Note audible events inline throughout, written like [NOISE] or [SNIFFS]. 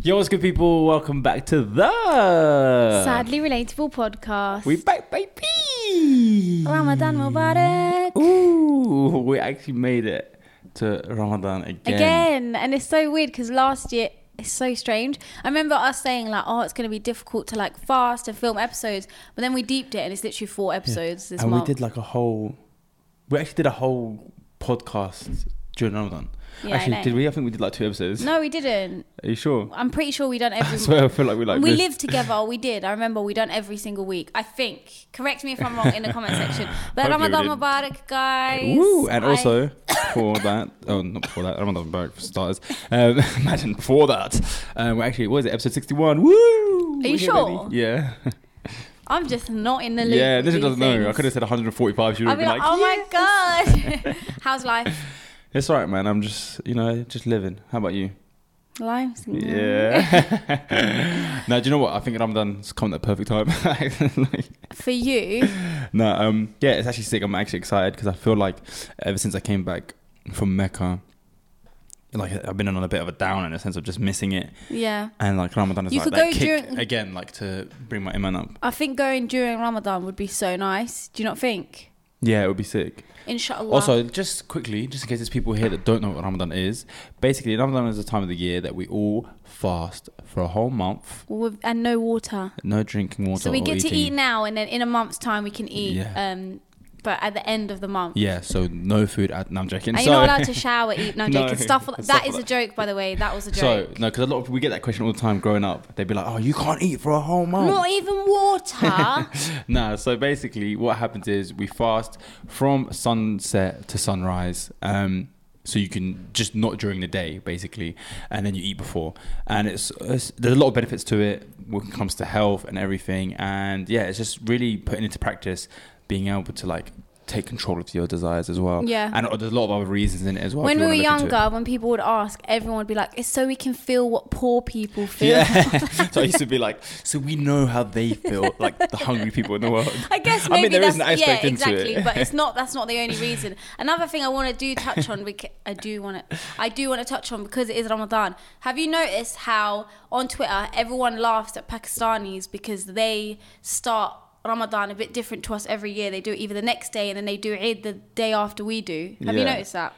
Yo, what's good, people? Welcome back to the Sadly Relatable podcast. We back, baby. Ramadan Mubarak. Ooh, we actually made it to Ramadan again. Again. And it's so weird because last year, it's so strange. I remember us saying, like, oh, it's going to be difficult to like fast and film episodes. But then we deeped it and it's literally four episodes this and month. we did like a whole. We actually did a whole podcast during Ramadan. Yeah, I actually, know. did we? I think we did like two episodes. no, we didn't. Are you sure? I'm pretty sure we done I every swear, I feel like we like we missed- lived together. We did. I remember we done every single week. I think. Correct me if I'm wrong in the [LAUGHS] comment section. But Hopefully we didn't. Ramadan Mubarak, guys. Woo! And I- also for that, oh, not before that. Ramadan Mubarak for starters. Um, [LAUGHS] imagine before that. Um, we're actually, what is it? Episode sixty-one. Woo! Are you sure? [LAUGHS] Yeah. I'm just not in the loop. yeah. with This these doesn't know. I things. could have said one hundred and forty-five. She would have I'll been be like, like, oh "Yeah." my [LAUGHS] god, [LAUGHS] how's life? It's all right, man. I'm just, you know, just living. How about you? Life's [LAUGHS] Yeah. [LAUGHS] no, do you know what? I think Ramadan's come at the perfect time. [LAUGHS] Like, for you. [COUGHS] no, um, yeah, it's actually sick. I'm actually excited because I feel like ever since I came back from Mecca, like I've been on a bit of a down in a sense of just missing it. Yeah, And like Ramadan is You like could that go kick during- again, like to bring my iman up. I think going during Ramadan would be so nice. Do you not think? Yeah, it would be sick. Inshallah. Also, just quickly, just in case there's people here that don't know what Ramadan is, basically Ramadan is a time of the year that we all fast for a whole month, With, and no water. no drinking water. So we or get eating. to eat now, and then in a month's time we can eat. Yeah. Um, but at the end of the month. Yeah, so no food at. No, I'm joking. And so, you're not allowed to shower, eat, no, No, joking, stuff. like- stuff That is a like- joke, by the way. That was [LAUGHS] a So joke. no, because a lot of people we get that question all the time growing up. They'd be like, "Oh, you can't eat for a whole month." Not even [LAUGHS] water. Nah, so basically, what happens is we fast from sunset to sunrise. Um, so you can just not during the day, basically, and then you eat before. And it's, it's there's a lot of benefits to it when it comes to health and everything. And yeah, it's just really putting into practice being able to like take control of your desires as well. Yeah. and there's a lot of other reasons in it as well. if when you we were wanna look into it. younger, when people would ask, everyone would be like, "It's so we can feel what poor people feel." Yeah. [LAUGHS] so I used to be like, so we know how they feel, like the hungry people in the world. I [LAUGHS] guess I mean, maybe there that's is an aspect yeah, into exactly, it. [LAUGHS] but it's not. That's not the only reason. Another thing I want to do touch on. Because I do want to. I do want to touch on because it is Ramadan. Have you noticed how on Twitter everyone laughs at Pakistanis because they start Ramadan a bit different to us every year. They do it either the next day and then they do Eid the day after we do. Have you Yeah. noticed that?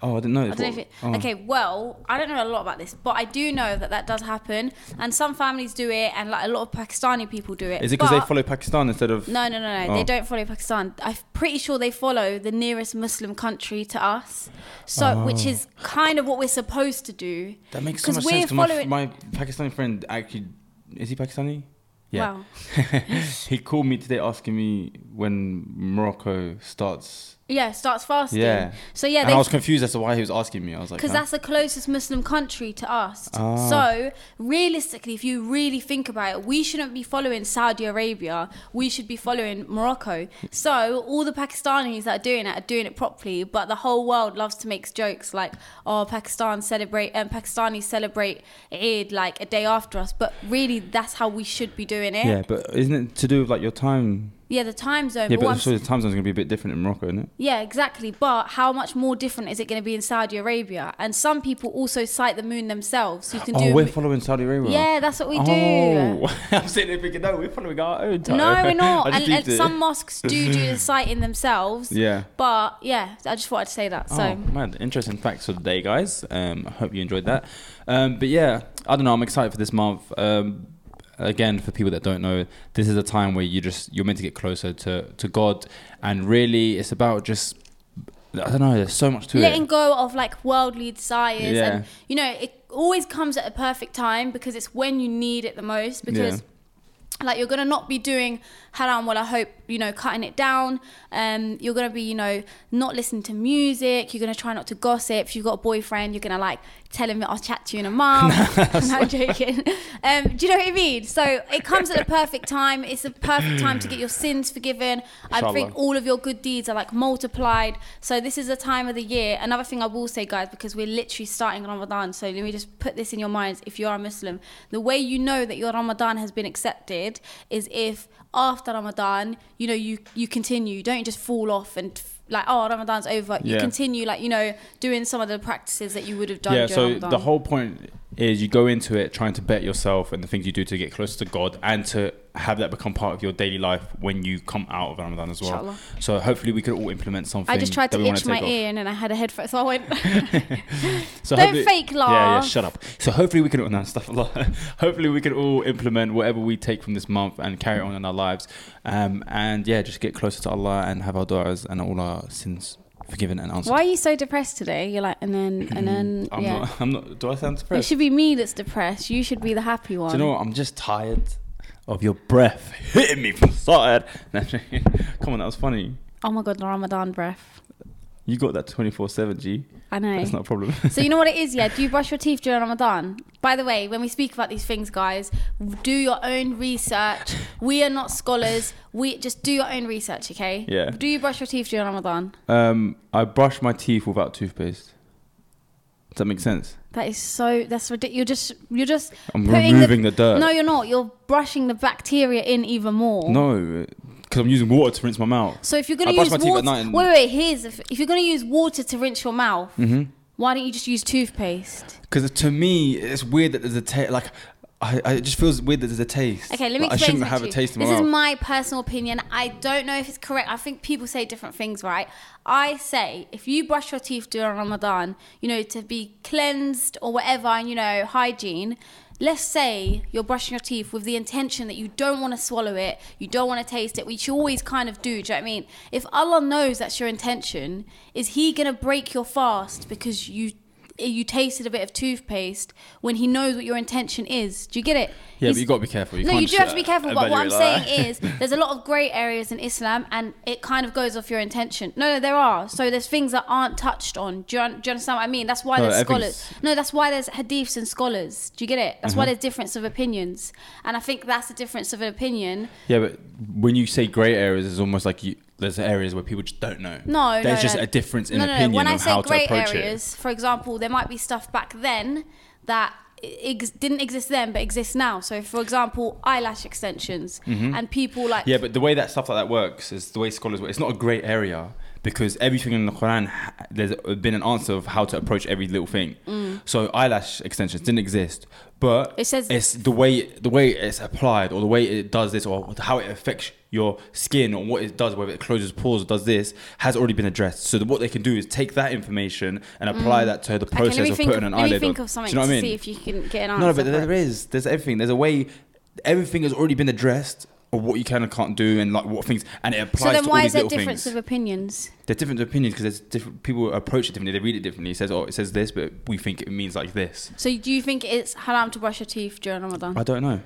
Oh, I didn't know. I don't know if it, oh. okay. Well, I don't know a lot about this, but I do know that that does happen, and some families do it, and like a lot of Pakistani people do it. Is it because they But- follow Pakistan instead of? no, no, no, no. Oh. They don't follow Pakistan. I'm pretty sure they follow the nearest Muslim country to us, so which Oh. is kind of what we're supposed to do. That makes so much sense. 'Cause we're 'cause my, following- my Pakistani friend actually is he Pakistani? Wow. [LAUGHS] he called me today asking me when Morocco starts. Yeah, starts fasting. Yeah. So yeah, and I was they. confused as to why he was asking me. I was like, Because huh? that's the closest Muslim country to us. Ah. So, realistically, if you really think about it, we shouldn't be following Saudi Arabia. We should be following Morocco. So, all the Pakistanis that are doing it are doing it properly, but the whole world loves to make jokes like, oh, Pakistan celebrate, and Pakistanis celebrate Eid like a day after us. But really, that's how we should be doing it. yeah, but isn't it to do with like your time? Yeah, the time zone. Yeah, but what but I'm so the time zone's gonna be a bit different in Morocco, isn't it? Yeah, exactly. But how much more different is it going to be in Saudi Arabia? And some people also cite the moon themselves. So you can Oh, do. we're following Saudi Arabia. yeah, that's what we do. Oh, [LAUGHS] I'm sitting there thinking, no, we're following our own time. No, we're I [LAUGHS] not. just and, and did it. some mosques do do the citing [LAUGHS] themselves. Yeah. But yeah, I just thought I'd say that. So oh, man, interesting facts for the day, guys. Um, I hope you enjoyed that. Um, but yeah, I don't know. I'm excited for this month. Um, again, for people that don't know, this is a time where you just you're meant to get closer to to God, and really, it's about just I don't know. There's so much to letting it. go of like worldly desires, Yeah. and you know, it always comes at a perfect time because it's when you need it the most. Because Yeah. like you're gonna not be doing haram well i hope you know cutting it down um you're gonna be you know not listening to music you're gonna try not to gossip if you've got a boyfriend you're gonna like tell him i'll chat to you in [LAUGHS] a month [LAUGHS] no, i'm joking um do you know what i mean so it comes at the perfect time it's the perfect time to get your sins forgiven i think Inshallah. all of your good deeds are like multiplied so this is a time of the year another thing i will say guys because we're literally starting ramadan so let me just put this in your minds if you are a muslim the way you know that your ramadan has been accepted is if after ramadan you know you you continue You don't just fall off and f- like oh ramadan's over you Yeah. continue like you know doing some of the practices that you would have done yeah. during So ramadan the whole point is you go into it trying to bet yourself and the things you do to get closer to God and to have that become part of your daily life when you come out of Ramadan as well. Inshallah. So hopefully we could all implement something. I just tried that to we wanna itch my take off. ear and then I had a head fo- so I went. So [LAUGHS] Don't hopefully- fake Yeah, yeah, laugh. shut up. So hopefully we can no, stuff a lot. [LAUGHS] hopefully we can all implement whatever we take from this month and carry it on in our lives. Um, and yeah, just get closer to Allah and have our du'as and all our sins forgiven and answered. Mm. Why are you so depressed today? You're like, and then, and then, [CLEARS THROAT] I'm yeah. not. [LAUGHS] I'm not. Do I sound It depressed? should be me that's depressed. You should be the happy one. Do you know what? I'm just tired of your breath hitting me from the side. [LAUGHS] No, I'm joking. Come on, that was funny. Oh my god, the Ramadan breath. You got that 24/7, G. I know. That's not a problem. so you know what it is, yeah? Do you brush your teeth during Ramadan? By the way, when we speak about these things, guys, do your own research. We are not scholars. We just do your own research, okay? Yeah. Do you brush your teeth during Ramadan? [LAUGHS] um, I brush my teeth without toothpaste. Does that make sense? That is so. That's ridiculous. You're just. You're just. I'm putting removing the dirt. No, you're not. You're brushing the bacteria in even more. No, because I'm using water to rinse my mouth. So if you're gonna I brush use my teeth at water, night and- wait, wait, here's if, if you're gonna use water to rinse your mouth, Mm-hmm. why don't you just use toothpaste? Because to me, it's weird that there's a taste. Like, I, I, it just feels weird that there's a taste. Okay, let me Like, I explain shouldn't something have to a you. taste in This my is mouth. my personal opinion. I don't know if it's correct. I think people say different things, right? I say if you brush your teeth during Ramadan, you know, to be cleansed or whatever, and you know, hygiene. Let's say you're brushing your teeth with the intention that you don't want to swallow it, you don't want to taste it, which you always kind of do. Do you know what I mean? If Allah knows that's your intention, is He going to break your fast because you you tasted a bit of toothpaste when He knows what your intention is? Do you get it? yeah, He's- but you got to be careful. You no, can't you do just, have to be uh, careful. But what I'm evaluate like saying is, there's a lot of grey areas in Islam, and it kind of goes off your intention. No, no, there are. So there's things that aren't touched on. Do you, un- do you understand what I mean? That's why No, there's everything's- Mm-hmm. scholars. No, that's why there's hadiths and scholars. Do you get it? That's why there's difference of opinions, and I think that's the difference of an opinion. yeah, but when you say grey areas, it's almost like you, there's areas where people just don't know. No, no, there's just no. a difference in no, no, opinion no. When on I say how grey to approach it. areas, for example, there might be stuff back then that ex- didn't exist then but exists now. So, for example, eyelash extensions Mm-hmm. and people like Yeah, but the way that stuff like that works is the way scholars work. It's not a grey area because everything in the Quran, ha- there's been an answer of how to approach every little thing. So eyelash extensions didn't exist, but Mm. It says- it's the way the way it's applied or the way it does this or how it affects your skin or what it does, whether it closes pores or does this, has already been addressed. So the, what they can do is take that information and apply that to the process Mm. okay, let me of think putting of, an let me eyelid think on. of something do you know what to I mean? see if you can get an answer. No, but for it. there is. There's everything. There's a way. Everything has already been addressed, or what you can and can't do, and like what things, and it applies so then to why all these is there little difference things. of opinions? There's different opinions because there's different people approach it differently. They read it differently. It says, "Oh, it says this," but we think it means like this. So do you think it's haram to brush your teeth during Ramadan? I don't know.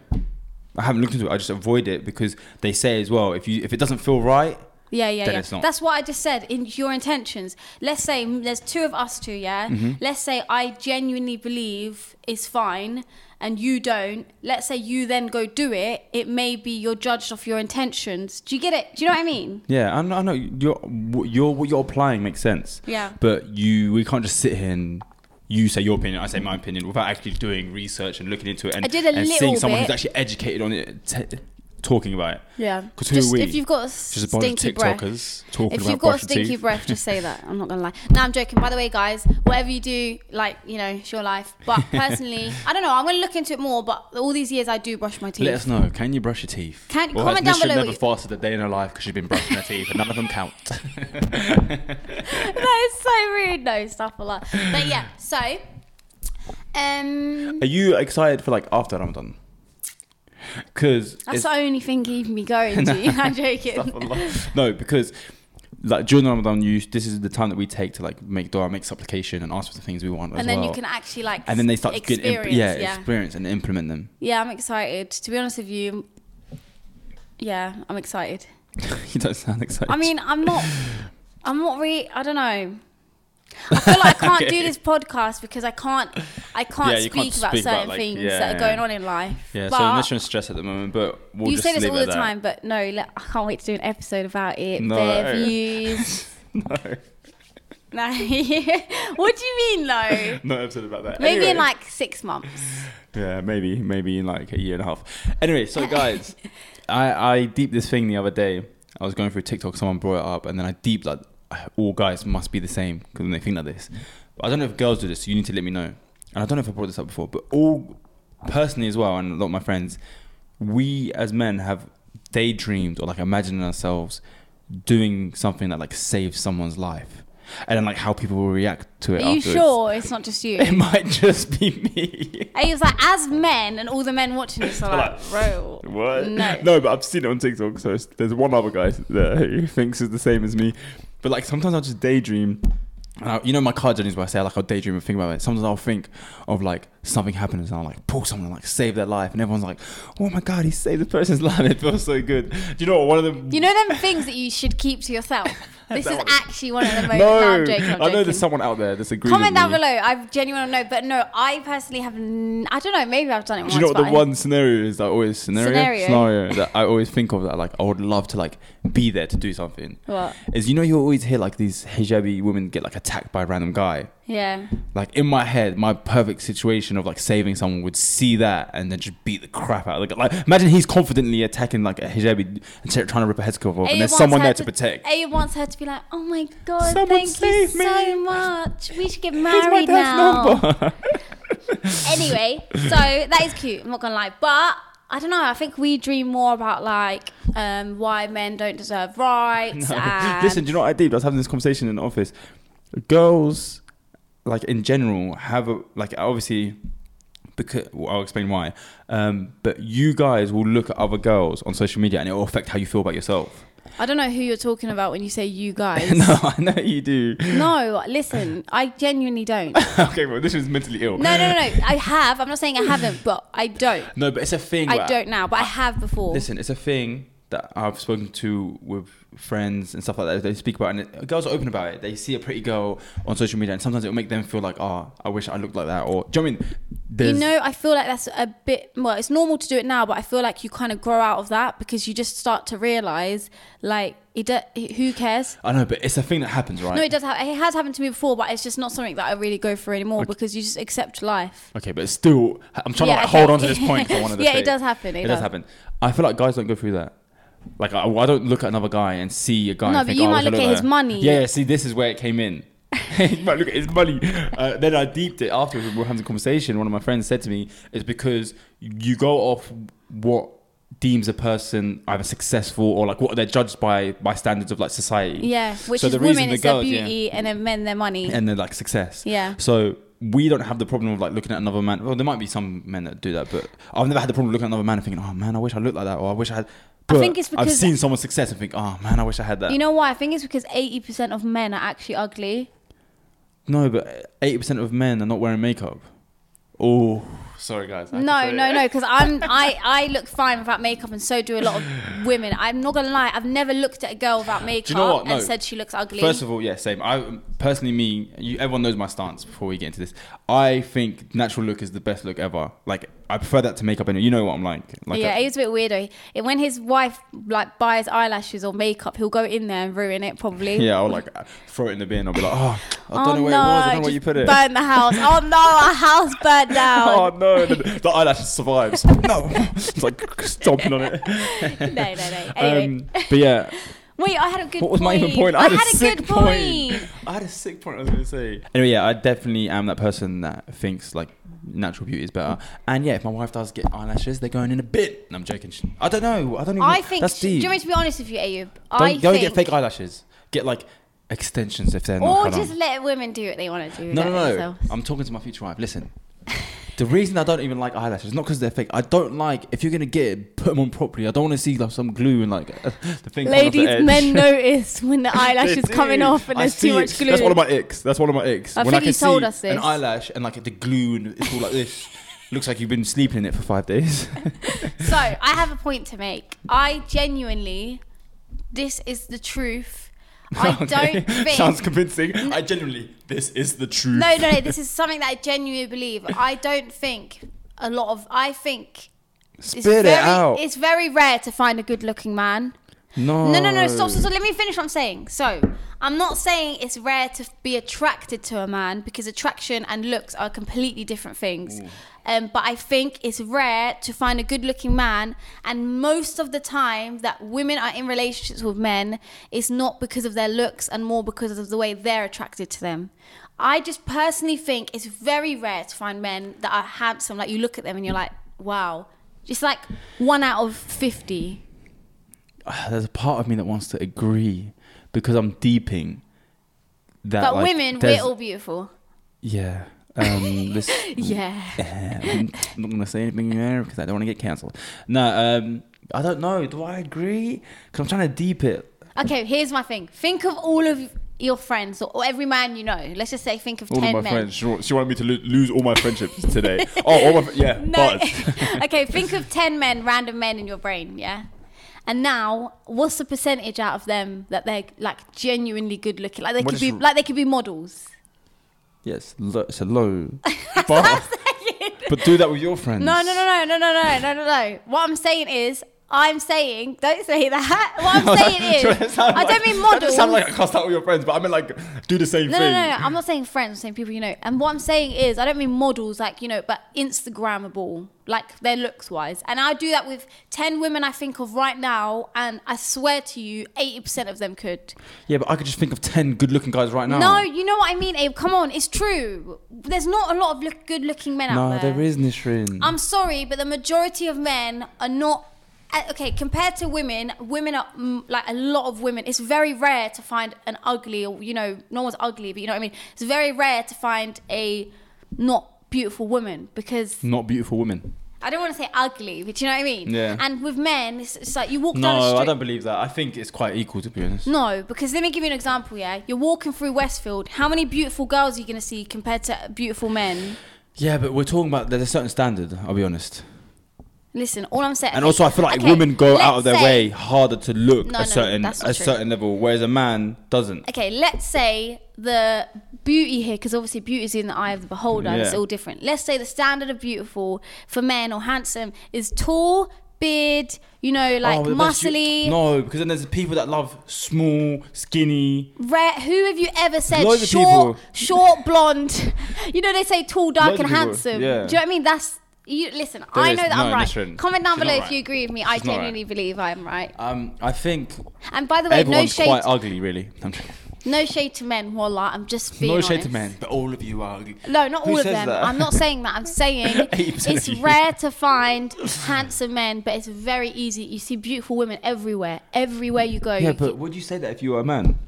I haven't looked into it. I just avoid it because they say as well if you if it doesn't feel right, yeah, yeah, then yeah. it's not. That's what I just said. In your intentions, let's say mm, there's two of us two. Yeah, Mm-hmm. let's say I genuinely believe is fine, and you don't. Let's say you then go do it. It may be you're judged off your intentions. Do you get it? Do you know what I mean? yeah, I know. I know you're, what you're what you're applying makes sense. Yeah. but you we can't just sit here and. You say your opinion, I say my opinion, without actually doing research and looking into it and, I did a and little seeing someone bit. who's actually educated on it, t- talking about it. Yeah. 'Cause who Just are we? if you've got a stinky Just a bunch of breath. TikTokers talking if about you've got a brushing stinky teeth. breath, just say that. I'm not gonna lie. [LAUGHS] No, I'm joking. By the way, guys, whatever you do, like you know, it's your life. But [LAUGHS] personally, I don't know. I'm gonna look into it more. But all these years, I do brush my teeth. Let us know. Can you brush your teeth? Can- Well, comment has down below Nisha what never you- fasted a day in her life because she's been brushing her teeth, and none of them count. [LAUGHS] [LAUGHS] [LAUGHS] that is so rude. No stuff a lot. [SIGHS] But yeah, so um, Are you excited for like after Ramadan? Because that's the only thing keeping [LAUGHS] me going. G. [LAUGHS] I'm joking. no, because like during Ramadan, you this is the time that we take to like make dua, make supplication, and ask for the things we want. as And then well. you can actually like. and then they start experience. getting imp- yeah, yeah. experience and implement them. [LAUGHS] yeah, I'm excited. To be honest with you, yeah, I'm excited. you don't sound excited. I mean, [LAUGHS] I'm not. I'm not really. I don't know. I feel like [LAUGHS] I can't Okay. do this podcast because I can't. I can't Yeah, you speak can't about speak certain about, like, things yeah, that are yeah. going on in life. yeah. So but Nisha is stressed at the moment, but we'll you just say this leave all it the at that. [LAUGHS] time, but no, like, I can't wait to do an episode about it. No. Their views. [LAUGHS] no, no, what do you [LAUGHS] mean though? not episode about that. Maybe in Anyway. like six months. Yeah, maybe, maybe in like a year and a half. Anyway, so [LAUGHS] guys, I I deep this thing the other day. I was going through TikTok, someone brought it up, and then I deep like all guys must be the same because they think like this. I don't know if girls do this. So you need to let me know. and I don't know if I brought this up before, but all personally as well, and a lot of my friends, we as men have daydreamed or like imagined ourselves doing something that like saves someone's life, and then like how people will react to it. Are you afterwards. sure it's not just you? [LAUGHS] It might just be me. [LAUGHS] And he was like, as men, and all the men watching this are like, bro, What? [LAUGHS] No. but I've seen it on TikTok. So it's- there's one other guy there who [LAUGHS] thinks is the same as me. But like sometimes I'll just daydream. And I, you know my car journeys where I say like I'll daydream and think about it. Sometimes I'll think of like something happens and I'll like pull someone and like save their life and everyone's like, oh my god, he saved the person's [LAUGHS] life. It feels so good. Do you know what one of them? You know them things that you should keep to [LAUGHS] yourself. This That is one. actually one of [LAUGHS] the most. no, No, I'm joking, I'm I know joking. there's someone out there that's agreeing. Comment with down me. below. I genuinely don't know, but no, I personally have. N- I don't know. Maybe I've done it. Do you know once, what but the I- one scenario is that always scenario, Scenario. that I always think of that like I would love to like be there to do something. What? Is you know you always hear like these hijabi women get like attacked by a random guy. Yeah. Like in my head, my perfect situation of like saving someone would see that and then just beat the crap out. of the guy. Like imagine he's confidently attacking like a hijabi and t- trying to rip a headscarf off, Ayub and there's wants someone her there to [LAUGHS] protect. Ayub wants her to be like, oh my god, Someone thank you save me. so much. We should [LAUGHS] get Here's my married dad's now. number. [LAUGHS] anyway, so that is cute. I'm not gonna lie, but I don't know. I think we dream more about like um, why men don't deserve [LAUGHS] rights. and Listen, do you know what I did? I was having this conversation in the office. Girls, like in general, have a, like obviously because well, I'll explain why. Um, but you guys will look at other girls on social media, and it will affect how you feel about yourself. I don't know who you're talking about when you say you guys. [LAUGHS] no, I know you do. [LAUGHS] No, listen, I genuinely don't. okay, well, this is mentally ill. No, no, no, no. [LAUGHS] I have. I'm not saying I haven't, but I don't. No, but it's a thing. I where- don't now, but I have before. Listen, it's a thing that I've spoken to with friends and stuff like that. They speak about it, and it, girls are open about it. They see a pretty girl on social media, and sometimes it'll make them feel like, oh, I wish I looked like that. Or, do you know what I mean? You There's- know, I feel like that's a bit. Well, it's normal to do it now, but I feel like you kind of grow out of that because you just start to realize, like, it. Do, who cares? I know, but it's a thing that happens, right? No, it does. Have, it has happened to me before, but it's just not something that I really go for anymore because you just accept life. Okay, but it's still, I'm trying Yeah, to like okay. hold on to this point. 'cause I wanted to [LAUGHS] Yeah, it say does happen, it does. does. happen. I feel like guys don't go through that. Like I, I don't look at another guy and see a guy. No, and but think, you "Oh, I might wish I look looked at like his that." money. Yeah, yeah, see, this is where it came in. [LAUGHS] you might look at his money. Uh, then I deeped it afterwards. when We were having a conversation. One of my friends said to me, "It's because you go off what." deems a person either successful or like what they're judged by by standards of like society Yeah, which So is the reason women the is their girls, yeah. beauty and then men their money. and then like success. Yeah. So we don't have the problem of like looking at another man. Well, there might be some men that do that, but I've never had the problem of looking at another man and thinking, "Oh man, I wish I looked like that," or "I wish I had." But think it's I've because- seen someone's success and think, "Oh man, I wish I had that." you know why? I think it's because 80% of men are actually ugly. no, but eighty percent of men are not wearing makeup. Oh, sorry guys. I had to No, say it. no, no, because I'm I, I look fine without makeup, and so do a lot of women. I'm not gonna lie, I've never looked at a girl without makeup you know what? No. and said she looks ugly. First of all, yeah, same. I personally, me, you, everyone knows my stance. Before we get into this, I think natural look is the best look ever. Like, I prefer that to makeup. Anyway, you know what I'm like. like uh, yeah, a- he was a bit weirdo. It- When his wife like buys eyelashes or makeup, he'll go in there and ruin it probably. Yeah, I'll like uh, throw it in the bin. I'll be like, oh, I Oh, don't know where no, it was. I don't know where you just put it. Burn the house. Oh no, our house burnt [LAUGHS] Oh down. no, the, the eyelashes survives. [LAUGHS] no, it's like stomping on it. no, no, no. Anyway, Um, but yeah, wait, I had a good. what was my point. even point? I had, a, sick good point. point. I had a sick point. I was gonna say. Anyway, yeah, I definitely am that person that thinks like natural beauty is better. And yeah, if my wife does get eyelashes, they're going in a bit. And I'm joking. I don't know. I don't even. I think. that's do you deep. want me to be honest with you, Ayub? don't, I don't think, get fake eyelashes. Get like extensions if they're not. Or cut on. just let women do what they want to do. No, don't no, they? no. So- I'm talking to my future wife. Listen, the reason I don't even like eyelashes is not because they're fake. I don't like if you're gonna get it, put them on properly. I don't want to see like some glue and like [LAUGHS] uh, the thing. coming off the Ladies, edge. [LAUGHS] men [LAUGHS] notice when the eyelash They is coming do. off and I there's see too it. much glue. That's one of my icks. That's one of my icks. I when think I can you told see us an this. eyelash and like the glue and it's all like this. Looks like you've been sleeping in it for five days. [LAUGHS] so I have a point to make. I genuinely, this is [LAUGHS] the truth. [LAUGHS] I Okay. don't think. Sounds convincing. I genuinely, this is the truth. no, no, no. This is something that I genuinely believe. I don't think a lot of. I think Spit it's very, it out. it's very rare to find a good-looking man. No. No, no, no, stop, Oh. stop, stop. Let me finish what I'm saying. So, I'm not saying it's rare to be attracted to a man because attraction and looks are completely different things. Um, but I think it's rare to find a good looking man. And most of the time that women are in relationships with men, it's not because of their looks and more because of the way they're attracted to them. I just personally think it's very rare to find men that are handsome. Like you look at them and you're like, wow. It's like one out of fifty. [SIGHS] There's a part of me that wants to agree because I'm deeping. That, But like, women, there's- we're all beautiful. Yeah. Um, [LAUGHS] this, Yeah. Eh, I'm not gonna say anything there because I don't want to get cancelled. No, um, I don't know. Do I agree? Because I'm trying to deep it. Okay, here's my thing. Think of all of your friends or or every man you know. Let's just say think of All ten of my men. friends. She, wa- she wanted me to lo- lose all my [LAUGHS] friendships today. oh, all my fr- yeah. No. [LAUGHS] bars. [LAUGHS] okay, think of 10 men, random men in your brain, yeah? And now, what's the percentage out of them that they're like genuinely good looking? Like they What could is be r- like they could be models. Yes, lo- it's a low. Bar. But do that with your friends. No, no, no, no, no, no, no, no, no, no. What I'm saying is I'm saying, don't say that. [LAUGHS] [LAUGHS] [LAUGHS] What I'm saying Sure, that is, sound I like- don't mean That just models. sound like I cast out all your friends, but I meant like do the same No, no, thing. no, no. I'm not saying friends. I'm saying people you know. And what I'm saying is, I don't mean models, like you know, but Instagrammable, like their looks wise. And I do that with ten women I think of right now, and I swear to you, eighty percent of them could. Yeah, but I could just think of ten good-looking guys right now. No, you know what I mean, Abe. Come on, it's true. There's not a lot of look, good-looking men no, out there. there is Nishrin. I'm sorry, but the majority of men are not. uh, Okay, compared to women, women are mm, like a lot of women. It's very rare to find an ugly, or you know, no one's ugly, but you know what I mean. It's very rare to find a not beautiful woman because not beautiful women. I don't want to say ugly, but you know what I mean. Yeah. And with men, it's, it's like you walk down the No, street. I don't believe that. I think it's quite equal to be honest. No, because let me give you an example. Yeah, you're walking through Westfield. How many beautiful girls are you going to see compared to beautiful men? Yeah, but we're talking about there's a certain standard. I'll be honest. Listen, all I'm saying. And also, I feel like Okay, women go out let's of their say- way harder to look No, a no, certain a that's not true. certain level, whereas a man doesn't. okay, let's say the beauty here, because obviously beauty is in the eye of the beholder, and it's Yeah. all different. Let's say the standard of beautiful for men or handsome is tall, beard, you know, like Oh, but that's you- muscly. no, because then there's people that love small, skinny. Rare, who have you ever said Loads of short, people. short, blonde? [LAUGHS] You know they say tall, dark, Loads of and people, handsome. yeah. Do you know what I mean? That's you. Listen, I is- know that no, I'm right. that's right. Comment down She's below not if you right. agree with me. I She's not right. genuinely believe I'm right. Um, I think And by the way, no everyone's shade, quite ugly, really. I'm joking. no shade to men. Wallah, I'm just being No shade to honest. men, but all of you are ugly. No, not Who all of says them. that? I'm not saying that. [LAUGHS] I'm saying 80% it's of you. rare to find handsome men, but it's very easy. You see beautiful women everywhere. Everywhere you go. Yeah, You- but would you say that if you were a man?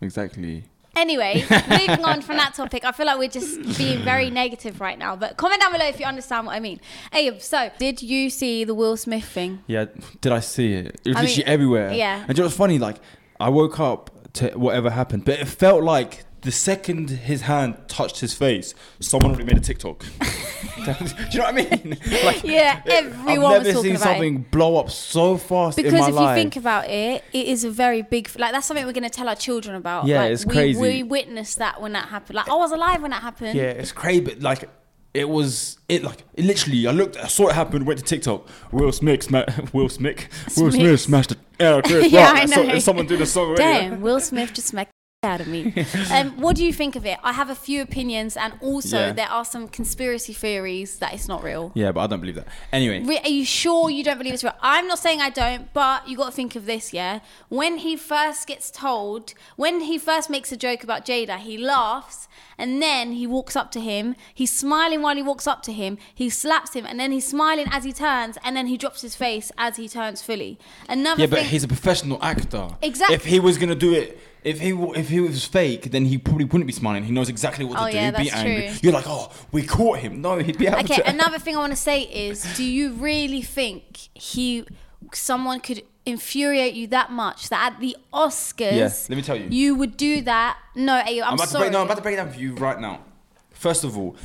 Exactly. [LAUGHS] Anyway, moving on from that topic, I feel like we're just being very negative right now. But comment down below if you understand what I mean. Abe, so did you see the Will Smith thing? [LAUGHS] Yeah, did I see it? It was I mean, literally everywhere. yeah. And do you know what's funny? Like, I woke up to whatever happened, but it felt like the second his hand touched his face, someone already made a [LAUGHS] TikTok. do you know what I mean? Like, Yeah, it- everyone I've never was talking seen about it. something blow up so fast in Because my if life. you think about it, it is a very big like that's something we're going to tell our children about. Yeah, like, it's we, crazy. We witnessed that when that happened. Like I was alive when that happened. Yeah, it's crazy, but like it was it like it literally. I looked, I saw it happen, went to TikTok. Will Smith, sma- [LAUGHS] Will Smith, Will Smith Smith. smashed the air. [LAUGHS] Yeah, I I saw- know. and someone did a song. already. Damn, Will Smith just smacked the out of [LAUGHS] me. Um, what do you think of it? I have a few opinions, and also Yeah. there are some conspiracy theories that it's not real. Yeah, but I don't believe that. Anyway, Re- Are you sure you don't believe it's real? I'm not saying I don't, but you got to think of this, yeah. When he first gets told, when he first makes a joke about Jada, he laughs, and then he walks up to him. He's smiling while he walks up to him. He slaps him, and then he's smiling as he turns, and then he drops his face as he turns fully. Another yeah, but thing- he's a professional actor. Exact- If he was gonna do it. If he w- if he was fake, then he probably wouldn't be smiling. He knows exactly what to Oh, do. yeah, be that's angry. true. You're like, oh, we caught him. No, he'd be able [LAUGHS] Okay, to. another thing I want to say is do you really think he someone could infuriate you that much that at the Oscars Yeah, let me tell you. you would do that? No, Ayo, I'm, I'm about sorry. To break, no, I'm about to break it down for you right now. First of all,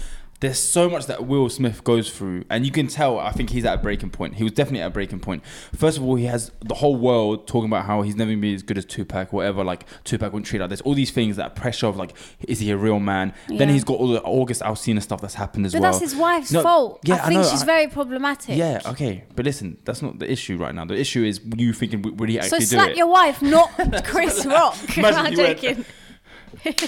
there's so much that Will Smith goes through, and you can tell. I think he's at a breaking point. He was definitely at a breaking point. First of all, he has the whole world talking about how he's never been as good as Tupac, whatever. Like Tupac wouldn't treat like this. All these things that pressure of like, is he a real man? Then Yeah. he's got all the August Alsina stuff that's happened as but well. that's his wife's No, fault. I think know, she's very problematic. Yeah, okay, but listen, that's not the issue right now. The issue is you thinking, w- would he So actually slap do it? your [LAUGHS] wife, not Chris Rock. No, Imagine [LAUGHS] I'm you went, [LAUGHS] joking.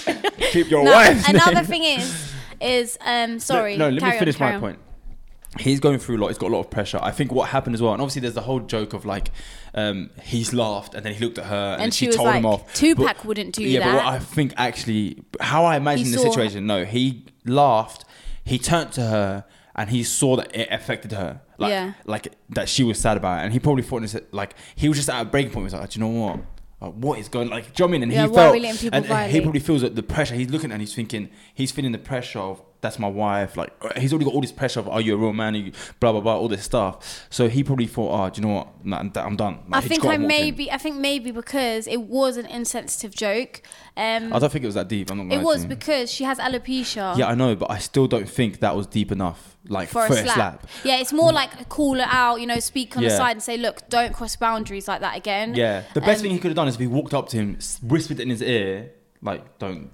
Keep your No, wife. [LAUGHS] [LAUGHS] another thing is, is um, sorry. No, let carry me on, finish carry my on. point. he's going through a lot. He's got a lot of pressure. I think what happened as well, and obviously there's the whole joke of like, um, he's laughed and then he looked at her and, And she, she was told him like, off. "Tupac wouldn't do yeah, but what that." I think actually, how I imagine the saw- situation, no, he laughed, he turned to her, and he saw that it affected her. Like, Yeah. like that she was sad about it. And he probably thought, this, like, he was just at a breaking point. He was like, do you know what? Like, what is going like? Do you know what I mean? And Yeah, he why are felt, we letting people and he violate? probably feels that the pressure. He's looking and he's thinking, he's feeling the pressure of that's my wife. Like he's already got all this pressure of, are you a real man? Are you blah blah blah, all this stuff. So he probably thought, oh, do you know what? Nah, I'm d- I'm done. I Like, he just think got I and walked in. maybe I think maybe because it was an insensitive joke. Um, I don't think it was that deep. I'm not. Gonna it lie to was you. because she has alopecia. Yeah, I know, but I still don't think that was deep enough. Like for a slap. Yeah, it's more like call it out, you know, speak on the Yeah. side and say, look, don't cross boundaries like that again. Yeah. The best Um, thing he could have done is if he walked up to him, s- whispered in his ear, like, don't.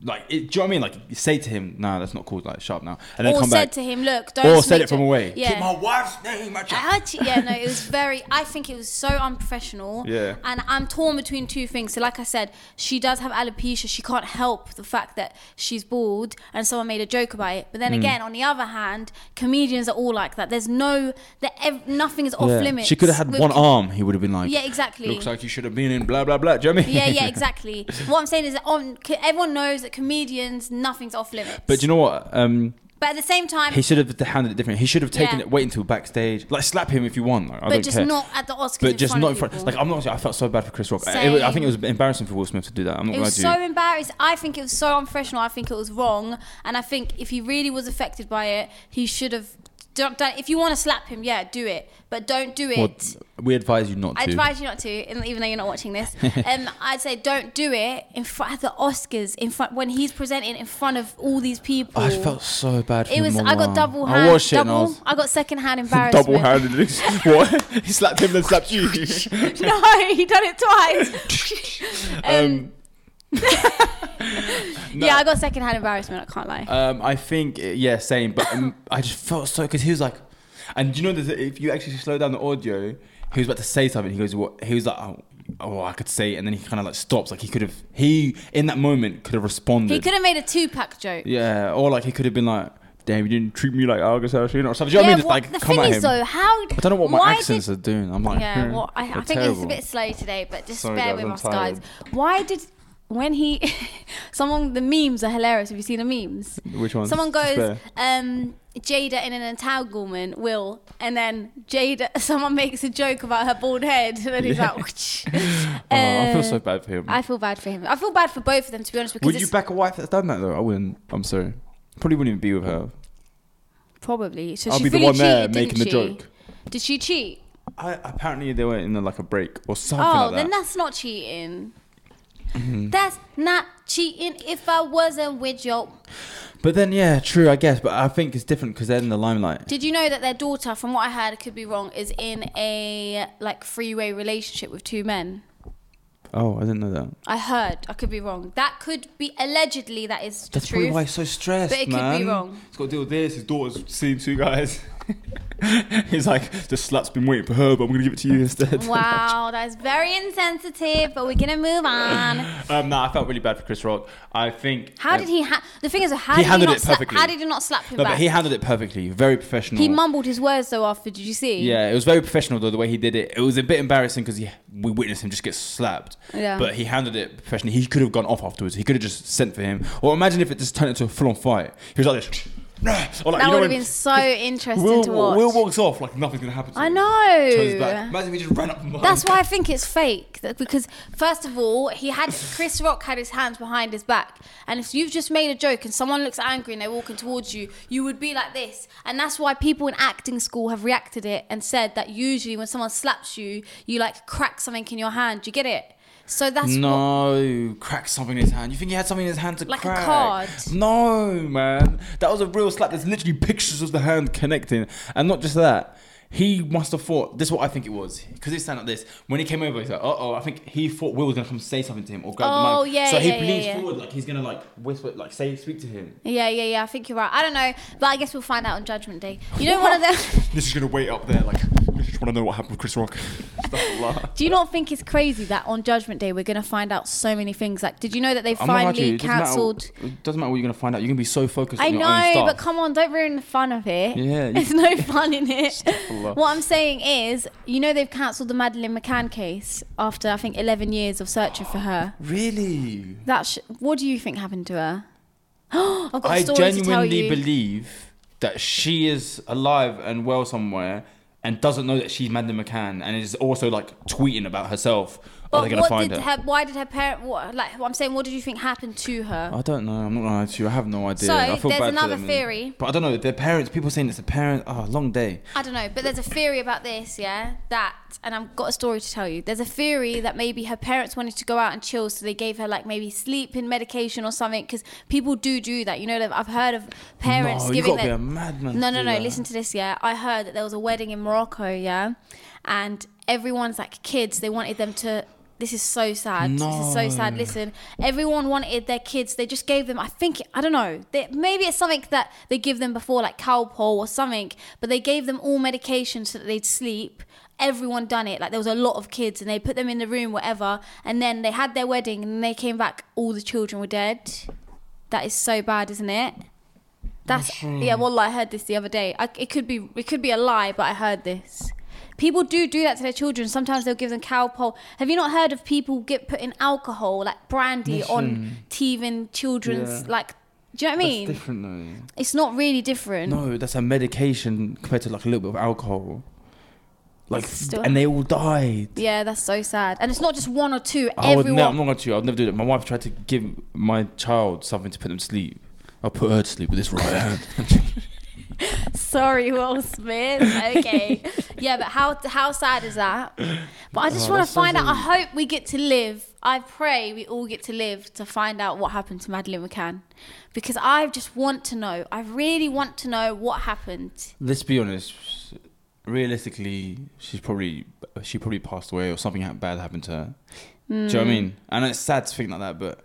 Like, it, do you know what I mean? Like, say to him, nah, that's not cool. Like, shut up now. And then or come said back. to him, look, don't. Or said snitch it from on- away. Yeah. Keep my wife's name out your- [LAUGHS] I had to- yeah, no, it was very. I think it was so unprofessional. Yeah. And I'm torn between two things. So, like I said, she does have alopecia. She can't help the fact that she's bald, and someone made a joke about it. But then Mm. again, on the other hand, comedians are all like that. There's no, that ev- nothing is off Yeah. limits. She could have had with one com- arm. He would have been like, Yeah, exactly. Looks like you should have been in blah, blah, blah. Do you know what I mean? [LAUGHS] yeah, yeah, exactly. what I'm saying is that on co- everyone knows that comedians, nothing's off limits. But do you know what? Um, But at the same time, he should have handled it differently. He should have taken Yeah. it, wait until backstage. Like, slap him if you want. Like, I but don't just care. not at the Oscars. but just not in of front. people. Like, I'm not. I felt so bad for Chris Rock. It was- I think it was embarrassing for Will Smith to do that. I'm not It gonna was do. so embarrassed. I think it was so unprofessional. I think it was wrong. And I think if he really was affected by it, he should have done. done- If you want to slap him, yeah, do it. But don't do it. Well, we advise you not to. I advise you not to, and even though you're not watching [LAUGHS] this. um, I'd say don't do it in front of the Oscars, in front when he's presenting in front of all these people. I felt so bad for it was. him I got online. double hand. I watched it and I double. was. I got second hand [LAUGHS] embarrassment. Double handed. what? He slapped him, then slapped you. [LAUGHS] no, he done [LAUGHS] it twice. [LAUGHS] um, Yeah, I got second hand embarrassment. I can't lie. Um, I think yeah, same. But um, I just felt so because he was like, and do you know that if you actually slow down the audio, he was about to say something. He goes, "What?" He was like, "Oh, oh I could say," it. and then he kind of like stops. Like he could have, he in that moment could have responded. he could have made a two pack joke. yeah, or like he could have been like, "Damn, you didn't treat me like Argus Alshina or something." Do you know what I mean? Just what- like the come thing at is him. though, how I don't know what my why did- accents are doing. I'm like, yeah, hmm, well, I, I they're think it's a terrible. bit slow today, but just Sorry, bear guys, with I'm us, tired. guys. Why did when he [LAUGHS] someone the memes are hilarious? Have you seen the memes? Which ones? Someone Just goes, bear. um, Jada in an entanglement will, and then Jada. [LAUGHS] Someone makes a joke about her bald head, and then he's Yeah. like, "Whoosh." [LAUGHS] Oh, I feel Uh, so bad for him. I feel bad for him. I feel bad for both of them, to be honest. Because Would you it's back a wife that's done that though? I wouldn't. I'm sorry. Probably wouldn't even be with her. probably so I'll she be the really one there cheated, didn't making the she? joke. Did she cheat? I, apparently they were in a, like a break or something Oh, like that. Mm-hmm. then that's not cheating. That's not cheating if I wasn't with you. but then yeah, true, I guess. But I think it's different because they're in the limelight. Did you know that their daughter, from what I heard, I could be wrong, is in a like three-way relationship with two men? Oh, I didn't know that. I heard. I could be wrong. That could be allegedly. That is the That's truth. probably why he's so stressed, But it could be man. wrong. He's got to deal with this. His daughter's seen two [LAUGHS] guys. He's like, this slap's been waiting for her, but I'm going to give it to you instead. Wow, that is very insensitive. But we're gonna [SIGHS] move on. Um, nah, I felt really bad for Chris Rock. I think. How um, did he? Ha- the thing is, how He did he handled not it slap- perfectly. how did he not slap him No, back? but he handled it perfectly. Very professional. He mumbled his words though. After, did you see? Yeah, it was very professional though the way he did it. It was a bit embarrassing because we witnessed him just get slapped. Yeah. But he handled it professionally. He could have gone off afterwards. He could have just sent for him. Or imagine if it just turned into a full on fight. He was like this. [SNIFFS] "Nah," or like, That you know would have when [LAUGHS] been so interesting Will, to watch. Will walks off like nothing's gonna happen. To I him. know. Turns back. Imagine if he just ran up. and behind [LAUGHS] That's him. why I think it's fake. That- Because first of all, he had Chris Rock had his hands behind his back, and if you've just made a joke and someone looks angry and they're walking towards you, you would be like this. And that's why people in acting school have reacted it and said that usually when someone slaps you, you like crack something in your hand. You get it? So that's what, No, crack something in his hand. You think he had something in his hand to Like a crack? card. No, man, that was a real slap. There's literally pictures of the hand connecting, and not just that. He must have thought. This is what I think it was because he stand like this. When he came over, he's like, "Uh oh." I think he thought Will was gonna come say something to him or grab Oh, the mic. yeah, so he yeah, yeah, leans yeah. forward like he's gonna like whisper, like say, speak to him. yeah, yeah, yeah. I think you're right. I don't know, but I guess we'll find out on Judgment Day. You know, one of them. [LAUGHS] This is going to wait up there. Like, I just want to know what happened with Chris Rock. Astaghfirullah. [LAUGHS] Do you not think it's crazy that on Judgment Day we're going to find out so many things? Like, did you know that they not gonna lie to finally you, it doesn't matter- cancelled? It doesn't matter what you're gonna find out. You're gonna be so focused I on your own know, stuff. but come on, don't ruin the fun of it. Yeah, you- [LAUGHS] There's no fun in [LAUGHS] it. Astaghfirullah. what I'm saying is, you know, they've cancelled the Madeline McCann case after I think 11 years of searching for her. really? That sh- what do you think happened to her? [GASPS] I've got a I story to tell genuinely you. believe that she is alive and well somewhere and doesn't know that she's Madeline McCann and is also like tweeting about herself. Are they going but to what find did her? her? Why did her parent? What, like, what I'm saying, what did you think happened to her? I don't know. I'm not going to lie to you. I have no idea. So, I feel there's bad for another them. theory. But I don't know. Their parents, people saying it's the parents. Oh, long day. I don't know, but there's a theory about this, yeah? That, and I've got a story to tell you. There's a theory that maybe her parents wanted to go out and chill, so they gave her like maybe sleeping medication or something, because people do do that. You know, that I've heard of parents no, you giving got to their. be a madman. No, to no, do no. that. Listen to this, yeah. I heard that there was a wedding in Morocco, yeah, and everyone's like kids. They wanted them to. This is so sad. This is so sad. No. Listen, everyone wanted their kids. They just gave them. I think I don't know. They, maybe it's something that they give them before, like cowpole or something. But they gave them all medication so that they'd sleep. Everyone done it. Like there was a lot of kids, and they put them in the room, whatever. And then they had their wedding, and they came back. All the children were dead. That is so bad, isn't it? That's yeah. Well, I heard this the other day. I, it could be it could be a lie, but I heard this. People do do that to their children. Sometimes they'll give them cowpole. Have you not heard of people get put in alcohol, like brandy, on teething children's Yeah. like? Do you know what I That's mean? different though. It's not really different. No, that's a medication compared to like a little bit of alcohol. Like, Still- and they all died. Yeah, that's so sad. And it's not just one or two. I would never. everyone. I'm not going to. I'd never do that. My wife tried to give my child something to put them to sleep. I put her to sleep with this right hand. Sorry, Will Smith. Okay. yeah, but how how sad is that? But I just Oh, want that to find out. I sounds hope we get to live. I pray we all get to live to find out what happened to Madeline McCann, because I just want to know. I really want to know what happened. [LAUGHS] Let's be honest. Realistically, she's probably she probably passed away or something ha- bad happened to her. Do Hmm. you know what I mean? I know it's sad to think like that, but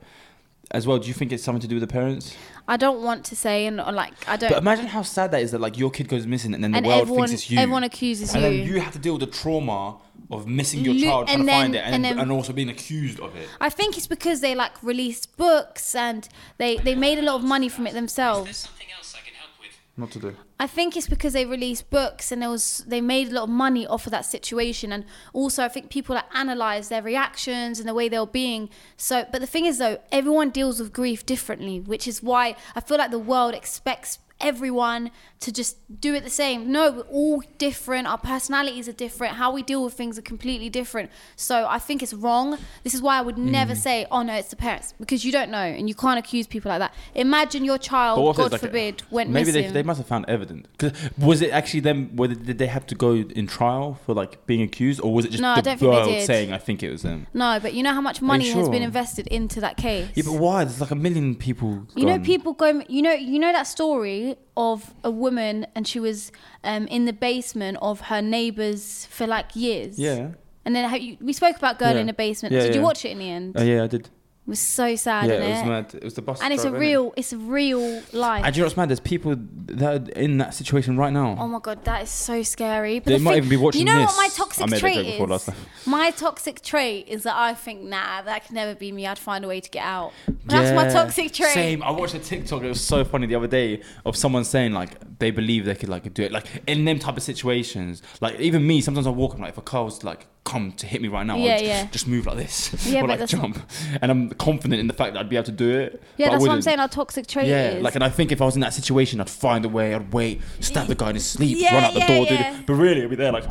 as well, do you think it's something to do with the parents? I don't want to say and or like I don't. But imagine how sad that is that like your kid goes missing and then the and world everyone thinks it's you. everyone accuses and you. then you have to deal with the trauma of missing your Lo- child trying and to find it then- and, and and, then- also being accused of it. I think it's because they like released books and they they made a lot of money from it themselves. There's something else I can help with. Not to do. I think it's because they released books and there was they made a lot of money off of that situation and also I think people like analyze their reactions and the way they were being so but the thing is though everyone deals with grief differently which is why I feel like the world expects everyone to just do it the same no we're all different our personalities are different how we deal with things are completely different so I think it's wrong this is why I would Mm-hmm. never say oh no it's the parents because you don't know and you can't accuse people like that imagine your child But what if God there's, like, a- forbid went Maybe missing they, they must have found evidence. 'Cause was it actually them? Whether did they have to go in trial for like being accused, or was it just No, I the don't think they world did. saying I think it was them? No, but you know how much money has been sure? invested into that case. Yeah, but why? There's like a million people. you know, gone. people go. You know, you know that story of a woman and she was um, in the basement of her neighbors for like years. Yeah. And then how you, we spoke about girl Yeah. in the basement. Yeah, Did you yeah. watch it in the end? Oh It yeah, I did. was so sad. yeah, innit? it was mad. It was the bus. And it's a driver, innit? real, it's a real life. And do you know what's mad? There's people that are in that situation right now. Oh my god, that is so scary. But They the might thing- even be watching You know what this. my I toxic made that trait joke before is? last time. [LAUGHS] My toxic trait is that I think, nah, that could never be me. I'd find a way to get out. That's my Yeah. toxic trait. Same. I watched a TikTok. It was so funny the other day of someone saying like they believe they could like do it like in them type of situations. Like even me, sometimes I walk. I'm like, if a car was to, like come to hit me right now, Yeah, I'd yeah. just move like this [LAUGHS] Yeah, or but like that's jump. And I'm confident in the fact that I'd be able to do it. Yeah, but I that's what I'm wouldn't. saying. Our toxic trait Yeah, is. like, and I think if I was in that situation, I'd find a way. I'd wait, stab the guy in his sleep, Yeah, run out the yeah, door. yeah. Do the, but really, I'd be there [LAUGHS] like,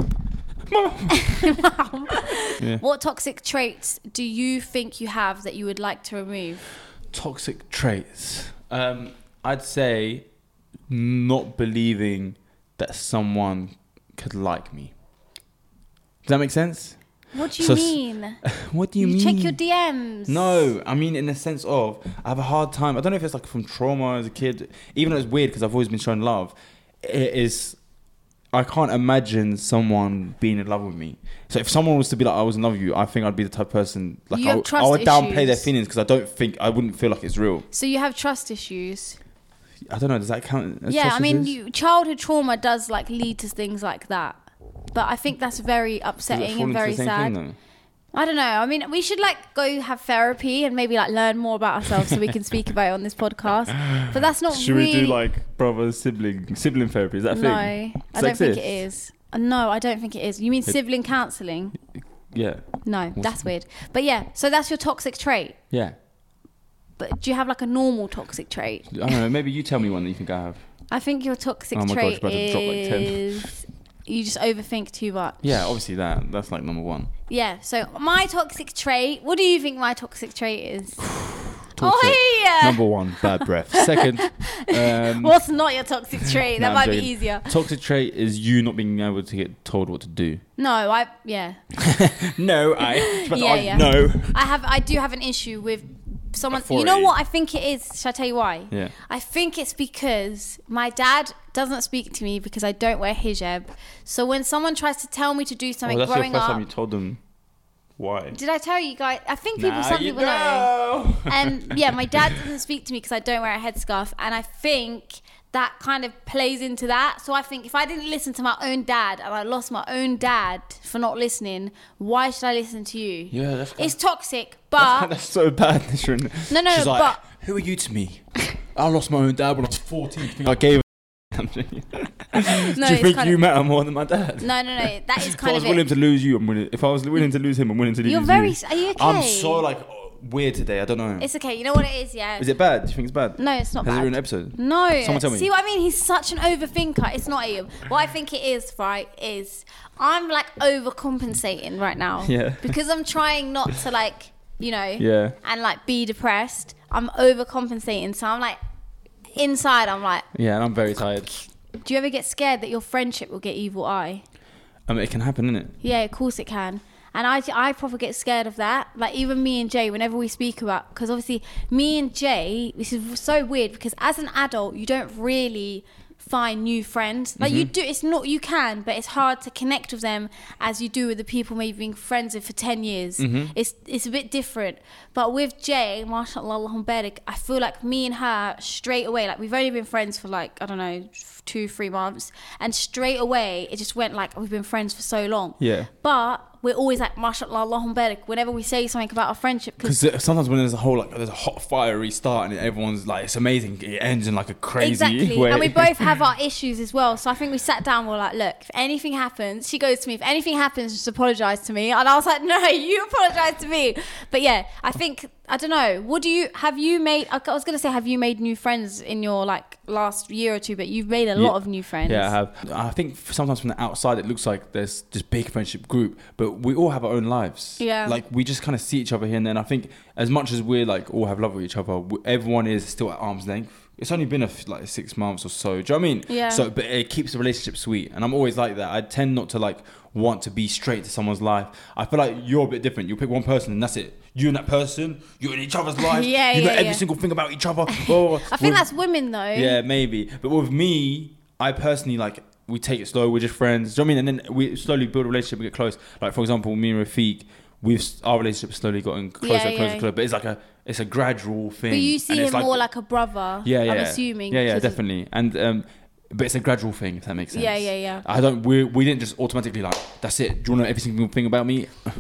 [LAUGHS] Mom. Yeah. What toxic traits do you think you have that you would like to remove? toxic traits. Um, I'd say not believing that someone could like me. Does that make sense? What do you So s- mean? [LAUGHS] What do you, mean? check your DMs. no, I mean in the sense of I have a hard time. I don't know if it's like from trauma as a kid. Even though it's weird because I've always been shown love. It is. I can't imagine someone being in love with me. So if someone was to be like, "I was in love with you," I think I'd be the type of person like You I, have would- I trust would downplay their issues. feelings because I don't think I wouldn't feel like it's real. So you have trust issues. I don't know. Does that count? as yeah, I trust mean, issues? you, childhood trauma does like lead to things like that. But I think that's very upsetting and very sad. I don't know. I mean, we should like go have therapy and maybe like learn more about ourselves so we can speak about it on this podcast. But that's not Should really. we do like brother sibling sibling therapy? Is that a no, thing? I don't think it Sexist? is. Uh, No, I don't think it is. You mean sibling counselling? Yeah. No, that's weird. But yeah, so that's your toxic trait. Yeah. But do you have like a normal toxic trait? I don't know. Maybe you tell me one that you think I have. I think your toxic Oh my God, trait you're about to drop like 10. is you just overthink too much. Yeah, obviously that. That's like number one. Yeah. So my toxic trait. What do you think my toxic trait [SIGHS] is? Talk to it. Oh yeah. Number one, bad breath. [LAUGHS] Second, um, What's not your toxic trait? nah, That I'm might be joking. easier. toxic trait is you not being able to get told what to [LAUGHS] do. No, I yeah. No, I. [LAUGHS] Yeah, I yeah. No. I have I do have an issue with someone. You know Authority. what I think it is? Shall I tell you why? Yeah. I think it's because my dad doesn't speak to me because I don't wear hijab. So when someone tries to tell me to do something Oh, that's your growing first up, time you told them why. did I tell you guys? I think people some people know. [LAUGHS] and [LAUGHS] yeah, my dad doesn't speak to me because I don't wear a headscarf, and I think that kind of plays into that. So I think if I didn't listen to my own dad and I lost my own dad for not listening, why should I listen to you? Yeah, that's [LAUGHS] it's toxic, but [LAUGHS] That's so bad. This shouldn't- no, no, She's no, like, but who are you to me? I lost my own dad when I was 14. Think I gave. a- [LAUGHS] [LAUGHS] no, Do you it's think kind you of, matter more than my dad? no, no, no, [LAUGHS] that If is I kind was of willing it. to lose you, I'm willing. If I was willing to lose him, I'm willing to lose You're you. very. Are you okay? I'm so like weird today. I don't know. It's okay. You know what it is, yeah. Is it bad? Do you think it's bad? no, it's not Has it bad. ruined an episode? No. Someone tell me. See what I mean? He's such an overthinker. It's not you. What I think it is, right, is I'm like overcompensating right now. Yeah. Because I'm trying not to like, you know, Yeah. and like be depressed. I'm overcompensating. So I'm like inside I'm like, Yeah, and I'm very tired. do you ever get scared that your friendship will get evil eye? I mean, it can happen, innit? Yeah, of course it can. And I, I probably get scared of that. Like even me and Jay, whenever we speak about, because obviously me and Jay, this is so weird because as an adult, you don't really find new friends. Like you do, it's not you can, but it's hard to connect with them as you do with the people maybe you've been friends with for ten years. It's it's a bit different. But with Jay, mashallah, Allahumma barik, I feel like me and her straight away, like we've only been friends for like I don't know two three months, and straight away it just went like we've been friends for so long. Yeah. But we're always like, mashallah, Allahumma barik, whenever we say something about our friendship. Because Because sometimes when there's a whole like there's a hot fiery start and everyone's like it's amazing, it ends in like a crazy exactly. way. And [LAUGHS] we both have our issues as well. So I think we sat down, we're like, look, if anything happens, she goes to me, if anything happens, just apologize to me. And I was like, no, [LAUGHS] you apologize to me. But yeah, I think, I don't know, what do you, have you made, I was going to say, have you made new friends in your like last year or two, but you've made a lot of new friends. Yeah, I have. I think sometimes from the outside it looks like there's this big friendship group, but we all have our own lives. Yeah. Like we just kind of see each other here and then. I think as much as we're like all have love with each other, w- everyone is still at arm's length. It's only been a f- like six months or so. Do you know what I mean? Yeah. So, but it keeps the relationship sweet, and I'm always like that. I tend not to like want to be straight to someone's life. I feel like you're a bit different. You pick one person, and that's it. You and that person, you're in each [LAUGHS] other's life. Yeah, you know yeah, every yeah. single thing about each other. Oh, [LAUGHS] I think that's women though. yeah, maybe. But with me, I personally like we take it slow. We're just friends. Do you know what I mean? And then we slowly build a relationship. We get close. Like for example, me and Rafiq, we've our relationship slowly gotten closer, Yeah, and closer, yeah. closer. But it's like a it's a gradual thing. But you And see it's him more like a brother. yeah, yeah. I'm assuming. Yeah, yeah, because of- definitely. And um, but it's a gradual thing, if that makes sense. Yeah, yeah, yeah. I don't. We we didn't just automatically like that's it. Do you want to know every single thing about me? [LAUGHS] I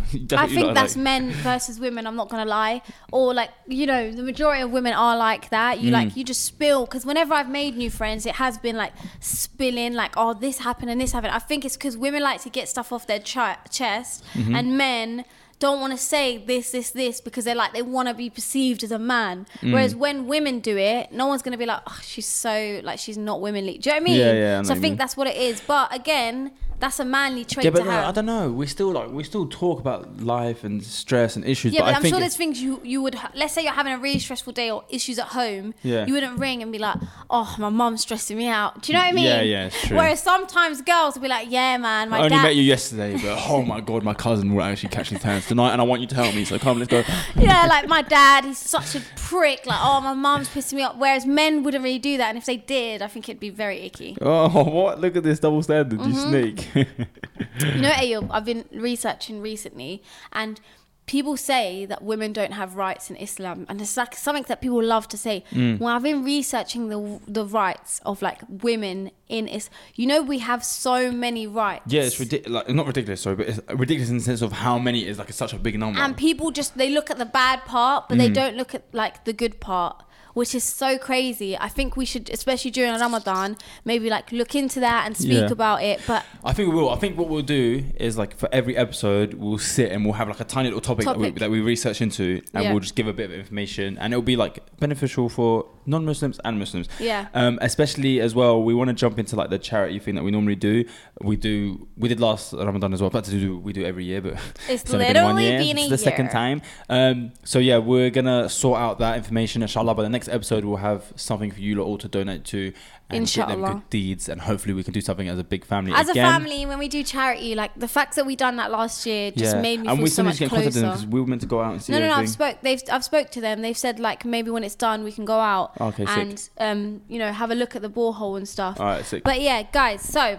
think that's men versus women. I'm not gonna lie, or like you know, the majority of women are like that. You Mm. like you just spill because whenever I've made new friends, it has been like spilling, like oh this happened and this happened. I think it's because women like to get stuff off their chi- chest, Mm-hmm. and men don't want to say this, this, this because they're like they want to be perceived as a man. Mm. Whereas when women do it, no one's gonna be like, oh, she's so like she's not womanly. Do you know what I mean? Yeah, yeah, I know so I what you think mean. that's what it is. But again, that's a manly trait Yeah, but to no, have. I don't know. We still like we still talk about life and stress and issues. Yeah, but, I I'm think sure it's- there's things you you would ha- let's say you're having a really stressful day or issues at home. Yeah. You wouldn't ring and be like, "Oh, my mum's stressing me out." Do you know what I mean? Yeah, yeah, it's true. Whereas sometimes girls will be like, "Yeah, man, my I only dad." met you yesterday, but oh my god, my cousin will actually catch his hands tonight, and I want you to help me. So come, let's go. [LAUGHS] yeah, like my dad, he's such a prick. Like, oh, my mum's pissing me off. Whereas men wouldn't really do that, and if they did, I think it'd be very icky. Oh, [LAUGHS] what? Look at this double [LAUGHS] standard, you snake. You know, Ayub, I've been researching recently, and people say that women don't have rights in Islam, and it's like something that people love to say. Mm. Well, I've been researching the the rights of like women in is. You know, we have so many rights. Yeah, it's ridiculous. Like, not ridiculous, sorry, but it's ridiculous in the sense of how many is like it's such a big number. And people just they look at the bad part, but they Mm. don't look at like the good part, which is so crazy. I think we should, especially during Ramadan, maybe like look into that and speak Yeah. about it. But I think we will. I think what we'll do is like for every episode, we'll sit and we'll have like a tiny little topic, That, Topic. we, that we research into, and Yeah. we'll just give a bit of information, and it'll be like beneficial for non-Muslims and Muslims. Yeah. Um, especially as well, we want to jump into like the charity thing that we normally do. We do. We did last Ramadan as well. But to do we do every year, but It's only been one literally year. been a [LAUGHS] It's the second year. time. Um, so yeah, we're gonna sort out that information, inshallah. By the next episode, we'll have something for you lot all to donate to. And get them Inshallah. good deeds, and hopefully we can do something as a big family. as a again. family, when we do charity, like the fact that we done that last year just made me and feel we so still need much to get in contact closer. with them because we were meant to go out and see No, no, no. I've everything. spoke. They've. I've spoke to them. They've said like maybe when it's done, we can go out Okay, sick. and um, you know, have a look at the borehole and stuff. All right, sick. But yeah, guys. So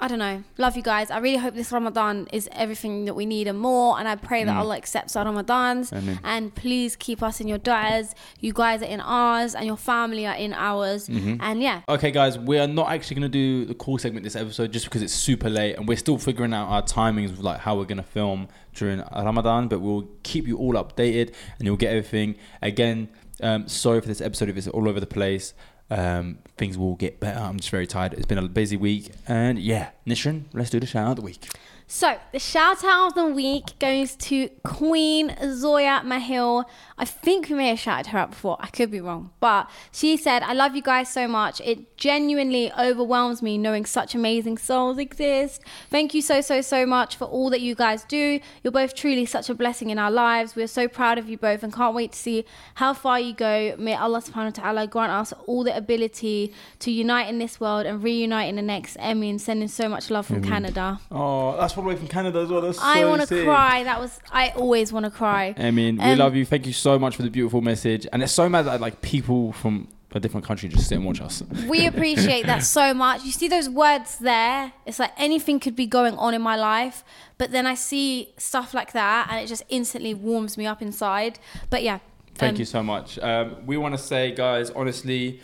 I don't know. Love you guys. I really hope this Ramadan is everything that we need and more. And I pray Mm. that Allah accepts our Ramadans. Ameen. And please keep us in your du'as. You guys are in ours, and your family are in ours. Mm-hmm. And yeah, Okay, guys, we are not actually going to do the call segment this episode just because it's super late and we're still figuring out our timings of like how we're going to film during Ramadan. But we'll keep you all updated and you'll get everything. Again, um, sorry for this episode if it's all over the place. Um, things will get better. I'm just very tired. It's been a busy week, and yeah, Nishan, let's do the shout out of the week. So the shout out of the week goes to Queen Zoya Mahil. I think we may have shouted her out before. I could be wrong, but she said, "I love you guys so much. It genuinely overwhelms me knowing such amazing souls exist. Thank you so so so much for all that you guys do. You're both truly such a blessing in our lives. We're so proud of you both and can't wait to see how far you go. May Allah subhanahu wa ta'ala grant us all the ability to unite in this world and reunite in the next. Amin. Sending so much love from Canada." Oh, that's one way from Canada as well. That's I want to cry. That was I always want to cry. I mean, we Um, love you. Thank you so much for the beautiful message. And it's so mad that like people from a different country just sit and watch us. [LAUGHS] We appreciate that so much. You see those words there? It's like anything could be going on in my life, but then I see stuff like that, and it just instantly warms me up inside. But yeah, Thank um, you so much. Um, we want to say, guys, honestly,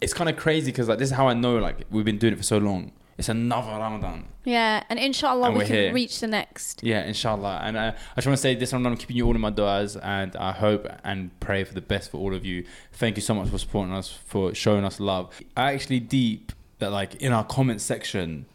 it's kind of crazy because like this is how I know like we've been doing it for so long. It's another Ramadan. Yeah, and inshallah And we we're can here. reach the next. Yeah, inshallah. And uh, I just want to say this Ramadan, I'm keeping you all in my du'as and I hope and pray for the best for all of you. Thank you so much for supporting us, for showing us love. I actually deep that like in our comment section,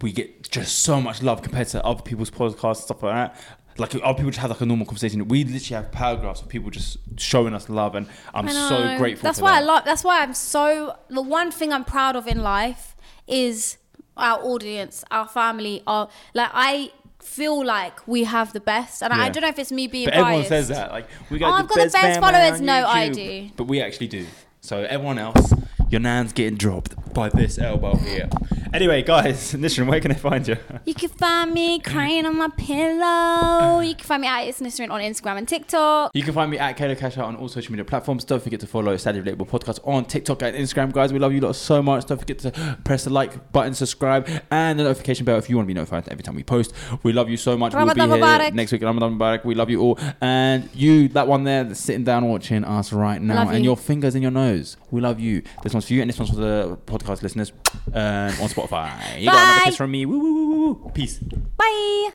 we get just so much love compared to other people's podcasts, stuff like that. Like other people just have like a normal conversation. We literally have paragraphs of people just showing us love, and I'm I so know. grateful. That's for why that. I love. That's why I'm so. The one thing I'm proud of in life is our audience, our family. Our like I feel like we have the best, and I, I Yeah. don't know if it's me being But biased. everyone says that. Like we got Oh, the I've got the best, best fan followers. on No, I YouTube. do. But we actually do. So everyone else, your nan's getting dropped by this elbow here. Anyway, guys, [LAUGHS] Nishan, where can I find you? You can find me crying on my pillow. You can find me at It's Nisrin on Instagram and TikTok. You can find me at Kato Cash Out on all social media platforms. Don't forget to follow Sadly Relatable Podcast on TikTok and Instagram, guys. We love you lot so much. Don't forget to press the like button, subscribe, and the notification bell if you want to be notified every time we post. We love you so much. Ramadan we'll be here Mubarak. next week. Ramadan Mubarak. We love you all. And you, that one there that's sitting down watching us right now, Love and you. your fingers in your nose. We love you. This one's for you, and this one's for the podcast listeners um, on Spotify. You got another Bye. kiss from me. Woo, woo, woo, woo, woo. Peace. Bye.